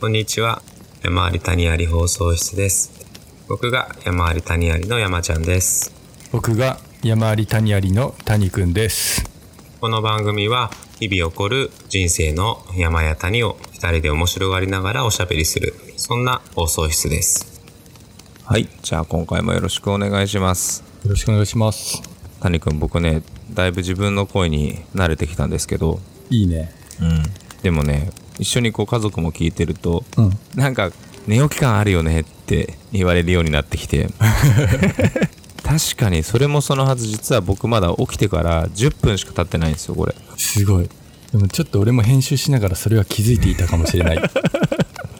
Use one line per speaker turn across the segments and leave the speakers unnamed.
こんにちは。山あり谷あり放送室です。僕が山あり谷ありの山ちゃんです。
僕が山あり谷ありの谷くんです
この番組は日々起こる人生の山や谷を二人で面白がりながらおしゃべりする、そんな放送室です。はい。じゃあ今回もよろしくお願いします。
よろしくお願いします
谷くん僕ね、だいぶ自分の声に慣れてきたんですけど、
いいね
うん。でもね、一緒にこう家族も聞いてると、
うん
なんか寝起き感あるよねって言われるようになってきて確かにそれもそのはず実は僕まだ起きてから10分しか経ってないんですよこれ
すごいでもちょっと俺も編集しながらそれは気づいていたかもし れない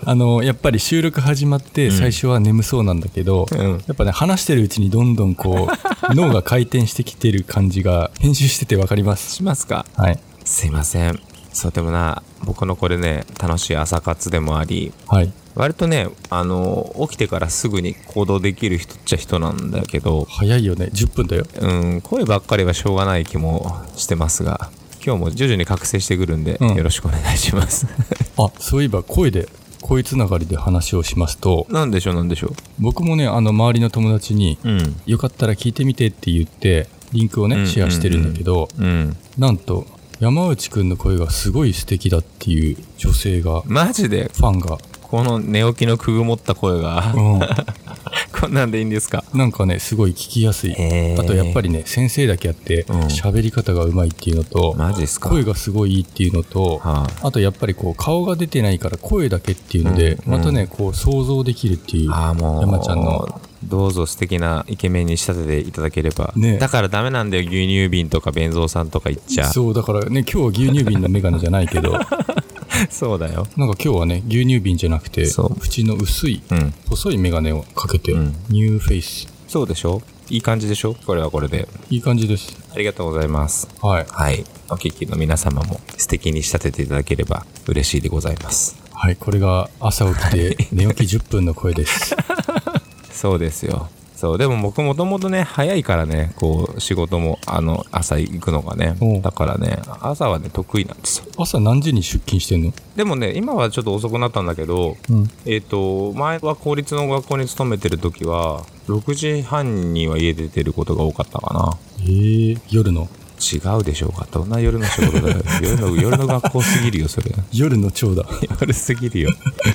あのやっぱり収録始まって最初は眠そうなんだけど、
うん
やっぱね話してるうちにどんどんこ う脳が回転してきてる感じが編集しててわかります
しますか
はい
すいませんそうでもな僕のこれね楽しい朝活でもあり
はい
割とねあの起きてからすぐに行動できる人っちゃ人なんだけど
早いよね10分だよ
うん声ばっかりはしょうがない気もしてますが今日も徐々に覚醒してくるんで、
うん
よろしくお願いします
あそういえば声で声つながりで話をします と
なんでしょうなんでしょ
僕もねあの周りの友達に
ううん
よかったら聞いてみてって言ってリンクを
うん
ねシェアしてるんだけど、
うん
なんと山内くんの声がすごい素敵だっていう女性がフ
マジで
ァンが、
この寝起きのくぐもった声が
う
こんなんでいいんですか
ん、なんかねすごい聞きやすい
へー
あとやっぱりね先生だけあって
うん
喋、り方がうまいっていうのと
マジっすか
声がすごいいいっていうのと
は
あとやっぱりこう顔が出てないから声だけっていうので、
うんうん
またねこう想像できるっていう
あ、ああもう
山ちゃんの
どうぞ素敵なイケメンに仕立てていただければ、
ね
だからダメなんだよ牛乳瓶とか弁蔵さんとか言っちゃそ
そうだからね今日は牛乳瓶のメガネじゃないけ どなんか
うだよ
今日はね牛乳瓶じゃなくて
そう
縁の薄い
うん
細い眼鏡をかけて、
うん
ニューフェイス
そうでしょいい感じでしょこれはこれで
いい感じです
ありがとうございます
はい
はいお聞きの皆様も素敵に仕立てていただければ嬉しいでございます
はいこれが朝起きて 寝起き10分の声です
そうですよそうでも僕もともとね早いからねこう仕事もあの朝行くのがね
おう
だからね朝はね得意なんですよ
朝何時に出勤してんの
でもね今はちょっと遅くなったんだけど
うん
えっ、と前は公立の学校に勤めてる時は6時半には家出てることが多かったかな
えー、夜の
違うでしょうかどんな夜の仕事だよ夜の夜の学校すぎるよそれ
夜の長だ
夜すぎるよ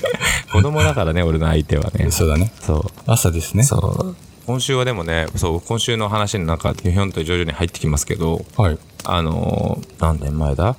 子供だからね俺の相手はね
そうだね
そう
朝ですね
そう今週はでもねそう今週の話の中ひょんと徐々に入ってきますけど
はい
あのー何年前だ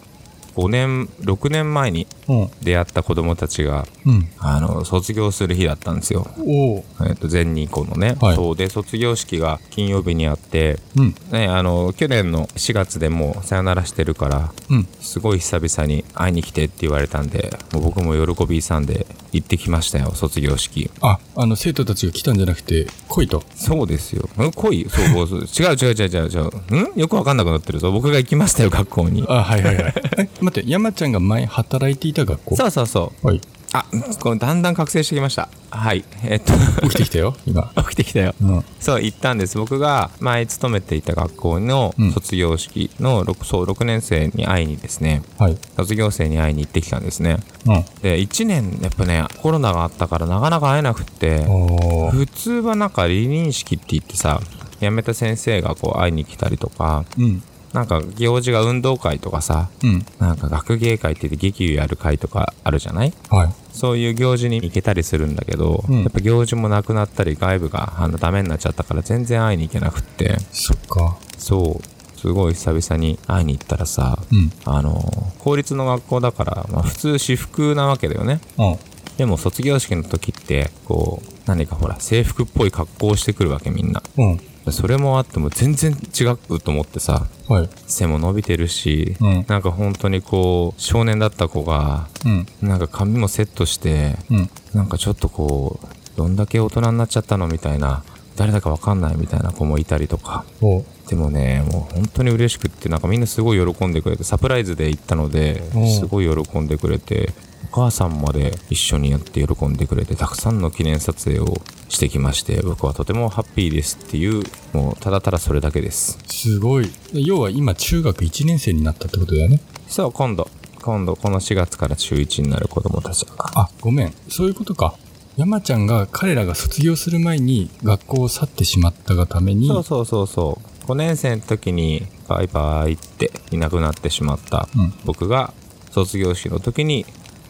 5年6年前に
うん
出会った子供たちが
うん
あの卒業する日だったんですよ、
おお
えっと全日空のね、
はい
そうで卒業式が金曜日にあって、
うん
ね、あの去年の4月でもうさよならしてるから
うん
すごい久々に会いに来てって言われたんでもう僕も喜びさんで行ってきましたよ卒業式
ああの生徒たちが来たんじゃなくて来いと
そうですよ。ん恋そうそうそう。違う違う違う違う違う。んよくわかんなくなってるぞ。僕が行きましたよ、学校に。
あはいはいはい え待って山ちゃんが前働いていた学校
そうそうそう。
はい
あ、このだんだん覚醒してきました。はい。えっと、
起きてきたよ今
起きてきたよ。
うん
そう、行ったんです。僕が前勤めていた学校の
うん
卒業式の 6,、そう6年生に会いにですね、
はい
卒業生に会いに行ってきたんですね。
うん
で、1年、やっぱね、コロナがあったからなかなか会えなくって、
おー
普通はなんか離任式って言ってさ、辞めた先生がこう会いに来たりとか、
うん
なんか行事が運動会とかさ、
うん
なんか学芸会って言って劇やる会とかあるじゃない
はい
そういう行事に行けたりするんだけど、
うん
やっぱ行事もなくなったり外部があのダメになっちゃったから全然会いに行けなくって、
そっか
そう、すごい久々に会いに行ったらさ、
うん
あの、公立の学校だから、まあ普通私服なわけだよね。
うん
でも卒業式の時って、こう、何かほら制服っぽい格好をしてくるわけみんな。
うん
それもあっても全然違うと思ってさ、
はい
背も伸びてるし、
うん
なんか本当にこう少年だった子が
うん
なんか髪もセットして
うん
なんかちょっとこうどんだけ大人になっちゃったのみたいな誰だかわかんないみたいな子もいたりとか
おう
でもねもう本当に嬉しくってなんかみんなすごい喜んでくれてサプライズで行ったので
お
すごい喜んでくれてお母さんまで一緒にやって喜んでくれてたくさんの記念撮影をしてきまして僕はとてもハッピーですっていうもうただただそれだけです
すごい要は今中学1年生になったってことだよね
そう今度今度この4月から中1になる子供たちだから。
あ、ごめん。そういうことか。山ちゃんが彼らが卒業する前に学校を去ってしまったがために、
そうそうそうそう。5年生の時にバイバイっていなくなってしまった、
うん
僕が卒業式の時に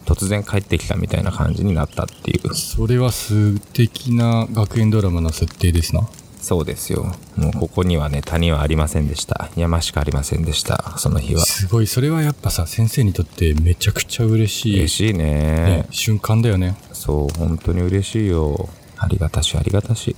突然帰ってきたみたいな感じになったっていう。
それは素敵な学園ドラマの設定ですな。
そうですよ。もうここにはね、谷はありませんでした。山しかありませんでした。その日は。
すごい。それはやっぱさ、先生にとってめちゃくちゃ嬉しい
嬉、しいね
ね、。瞬間だよね。
そう、本当に嬉しいよ。ありがたし、ありがたし。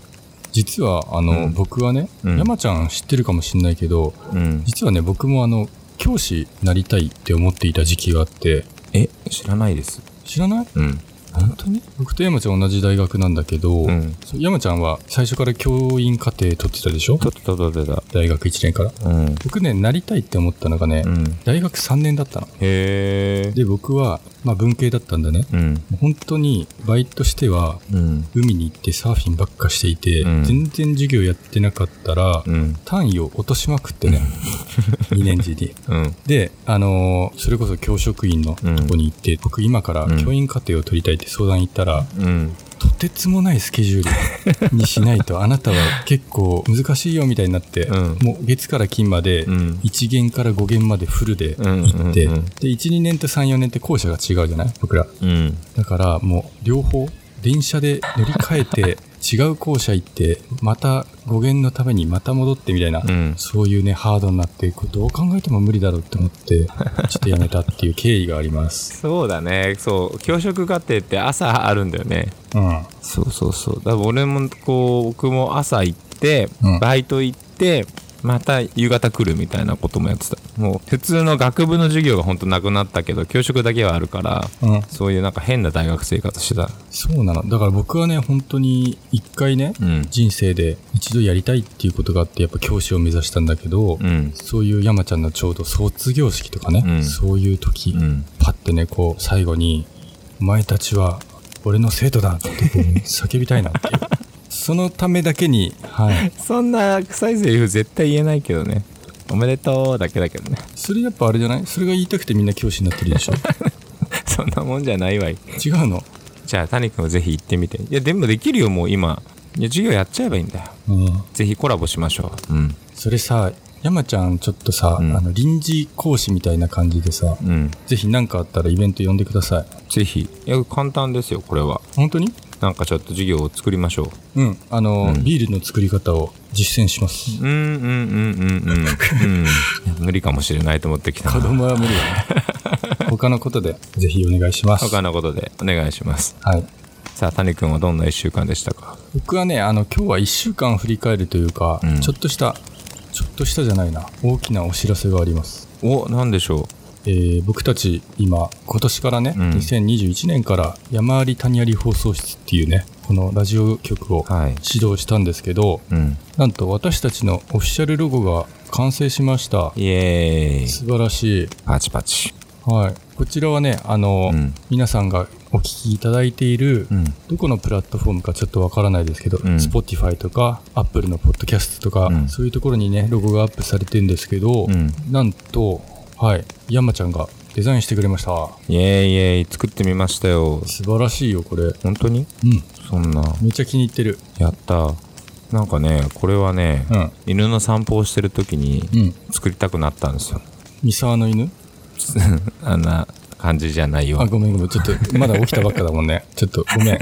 実は、あの、
うん
僕はね、
うん
山ちゃん知ってるかもしんないけど、
うん。
実はね、僕もあの、教師なりたいって思っていた時期があって、
え、知らないです。
知らない
うん。本当に
僕と山ちゃん同じ大学なんだけど、
うん。
そう山ちゃんは最初から教員課程取ってたでしょ
とっとととと
大学1年から。
と。うん。
僕ね、なりたいって思ったのがね、
うん。
大学3年だったの。
へー。
で、僕は、まあ文系だったんだね。
うん。
本当に、バイトしては、
うん。
海に行ってサーフィンばっかしていて、
うん
全然授業やってなかったら、
うん。
単位を落としまくっ てね、2年時に。
うん。
で、あのーそれこそ教職員のとこに行って、僕今から教員課程を取りたいって相談行ったら、
うん。
とてつもないスケジュールにしない とあなたは結構難しいよみたいになって、
うん
もう月から金まで
うん。
1限から5限までフルで
うん。
行って、で12年と34年って校舎が違うじゃない僕ら
うん。
だからもう両方電車で乗り換えて 違う校舎行ってまた5限のためにまた戻ってみたいな、
うん。
そういうねハードになってこれどう考えても無理だろうって思ってち ょっとやめたっていう経緯があります
そうだね。そう。教職課程って朝あるんだよね。
うん
そうそうそう。だから俺もこう、僕も朝行って、
うん
バイト行って、また夕方来るみたいなこともやってた。もう普通の学部の授業がほんとなくなったけど、教職だけはあるから、
うん
そういうなんか変な大学生活してた。
そうなのだから僕はね本当に一回ね
うん。
人生で一度やりたいっていうことがあってやっぱ教師を目指したんだけど、
うん。
そういう山ちゃんのちょうど卒業式とかね、
うん
そういう時、
うん。
パッてねこう最後に「お前たちは俺の生徒だ」ってこう叫びたい なっていうそのためだけにはい
そんな臭いセリフ絶対言えないけどね。おめでとうだけだけどね。
それやっぱあれじゃないそれが言いたくてみんな教師になってるでしょ
そんなもんじゃないわい。
違うの、
じゃあ、谷君はぜひ行ってみて。いや、でもできるよ、もう今。いや、授業やっちゃえばいいんだよ。
うん、
ぜひコラボしましょう。うん。
それさ山ちゃんちょっとさ、
うん
あの臨時講師みたいな感じでさ、
うん。
ぜひ何かあったらイベント呼んでください
ぜひ。いや、簡単ですよ、これは。
本当に
なんかちょっと授業を作りましょ
うん、あの、
うん
ビールの作り方を実践します。
う。うん、うん、うん、うん、 うん。うん。無理かもしれないと思ってきた
子
な。
供は無理だね。 他のことで、ぜひお願いします。
他のことでお願いします。
はい。
さあ、谷君はどんな一週間でしたか
僕はね、あの、今日は一週間振り返るというか、
うん
ちょっとした、ちょっとしたじゃないな、大きなお知らせがあります。
お、なんでしょ
えー僕たち今、今年からね、
うん
2021年から山あり谷あり放送室っていうね、このラジオ局を
う。はい。
指導したんですけど、
うん。
なんと私たちのオフィシャルロゴが完成しました。
イエーイ。
素晴らしい。
パチパチ。
はい。こちらはね、あの、
うん
皆さんがお聞きいただいている、
うん。
どこのプラットフォームかちょっとわからないですけど、
ん
Spotify とか、Apple のポッドキャストとか、
うん
そういうところにね、ロゴがアップされてるんですけど、
うん。
なんと、はい、山ちゃんがデザインしてくれました。
イエーイイエーイ。作ってみましたよ。
素晴らしいよ、これ。うん。
本当にそんな。
めっちゃ気に入ってる。
やった。なんかね、これはね、
うん。
犬の散歩をしてる時に
うん。
作りたくなったんですよ。
三沢の犬
あんな感じじゃない
あ、
よ。
ごめんごめん。ちょっと、まだ起きたばっかだもんね。 ちょっと、ごめん。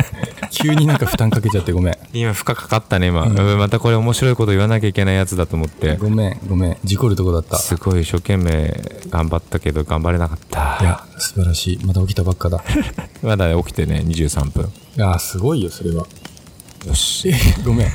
急になんか負担かけちゃってごめん。
今、負荷かかったね、今。うんまたこれ面白いこと言わなきゃいけないやつだと思って。
ごめん、ごめん。事故るとこだった。
すごい一生懸命頑張ったけど頑張れなかっ
い
た。
や、素晴らしい。まだ起きたばっかだ。
まだ起きてね、23分。
いやー、すごいよ、それは。
よし。
え、 ごめ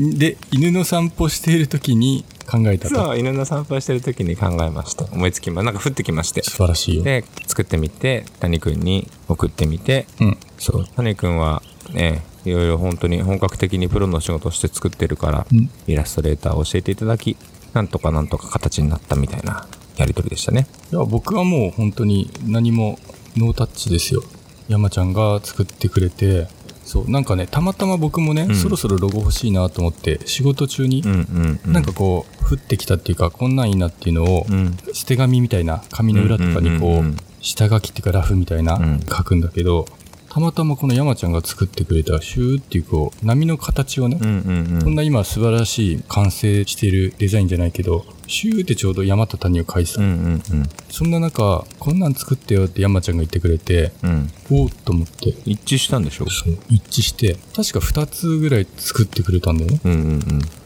ん。で、犬の散歩している時に考えたと。
そう、犬の散歩してる時に考えました。思いつきま、なんか降ってきまして。
素晴らしいよ。
で、作ってみて、谷くんに送ってみて、
うん。
そう、谷くんはね、いろいろ本当に本格的にプロの仕事をして作ってるから、
うん
イラストレーターを教えていただき、なんとかなんとか形になったみたいなやりとりでしたね。
いや、僕はもう本当に何もノータッチですよ。山ちゃんが作ってくれて、そうなんかねたまたま僕もね、
ん
そろそろロゴ欲しいなと思って仕事中に、
うんうんうん。
なんかこう降ってきたっていうかこんなんいいなっていうのを、
うん。
捨て紙みたいな紙の裏とかに
うん
こ
うんうんうん
う下書きっていうかラフみたいな
うん
書くんだけど、たまたまこの山ちゃんが作ってくれたシューっていうこう波の形をね、
うんうん
そ
うんん。
な今素晴らしい完成しているデザインじゃないけど、シューってちょうど山と谷を書いてた。
うんうんうん。
そんな中、こんなん作ってよって山ちゃんが言ってくれて、
うん。
おーっと思って、
一致したんでしょ
そう一致して、確か2つぐらい作ってくれたんだよね。
うんうんうん。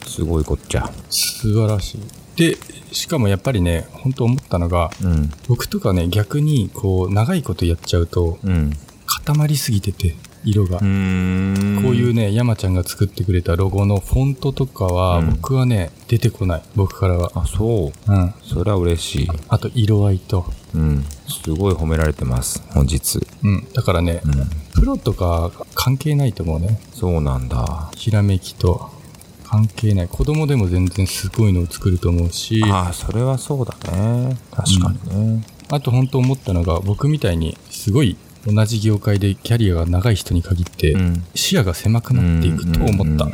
すごいこっちゃ。
素晴らしい。で、しかもやっぱりね、本当思ったのが、
うん。
僕とかね、逆に、こう、長いことやっちゃうと、
うん。
固まりすぎてて、色が。
うーん。
こういうね、山ちゃんが作ってくれたロゴのフォントとかは、
うん
僕はね、出てこない。僕からは。
あ、そう。
うん。
それは嬉しい。
あと、色合いと。
うん。すごい褒められてます。本日。
うん。だからね
う、ん。
プロとか関係ないと思うね。
そうなんだ。
ひらめきと。関係ない。子供でも全然すごいのを作ると思うし、
ああ、それはそうだね。確かにね。
あと本当思ったのが、僕みたいに、すごい同じ業界でキャリアが長い人に限って、
ん。
視野が狭くなっていくと思った
う。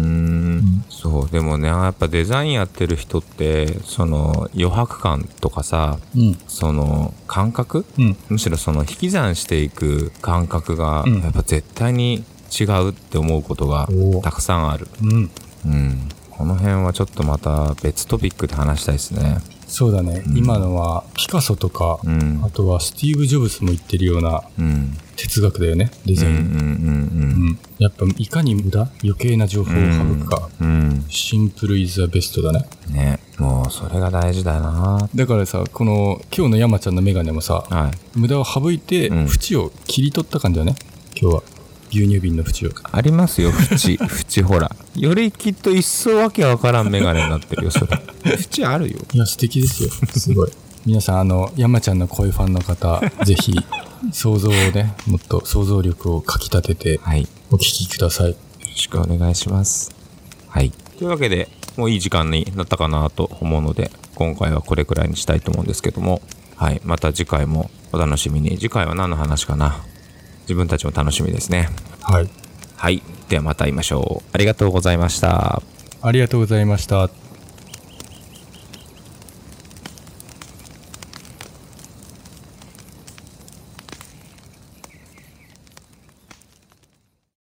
んそうでもねやっぱデザインやってる人ってその余白感とかさ
うん。
その感覚
うん。
むしろその引き算していく感覚が
うん
やっぱ絶対に違うって思うことが
おー
たくさんある、
うん。
うん、この辺はちょっとまた別トピックで話したいですね
そうだね。
うん
今のは、ピカソとか、
うん
あとはスティーブ・ジョブスも言ってるような
うん
哲学だよね、デ
うんう
ザイン。うん
ん
やっぱ、いかに無駄余計な情報を
うんうん
省くか。
うん
シンプルイズ・ザ・ベストだね。
ねもうそれが大事だな
だからさ、この、今日の山ちゃんのメガネもさ、
はい
無駄を省いて、
うん
縁を切り取った感じだね。今日は。牛乳瓶の縁を。
ありますよ、 縁。縁ほら。よりきっと一層わけわからんメガネになってるよ、そ れ。縁あるよ。
いや、素敵ですよ。すごい。皆さん、あの、山ちゃんの声ファンの方、ぜひ、想像をね、もっと想像力をかきたてて、
はい。よ
お聞きください。
ろしくお願いします。はい。というわけで、もういい時間になったかなと思うので、今回はこれくらいにしたいと思うんですけども、はい。また次回もお楽しみに。次回は何の話かな自分たちも楽しみですね。
はい。
はい。ではまた会いましょう。ありがとうございました。
ありがとうございました。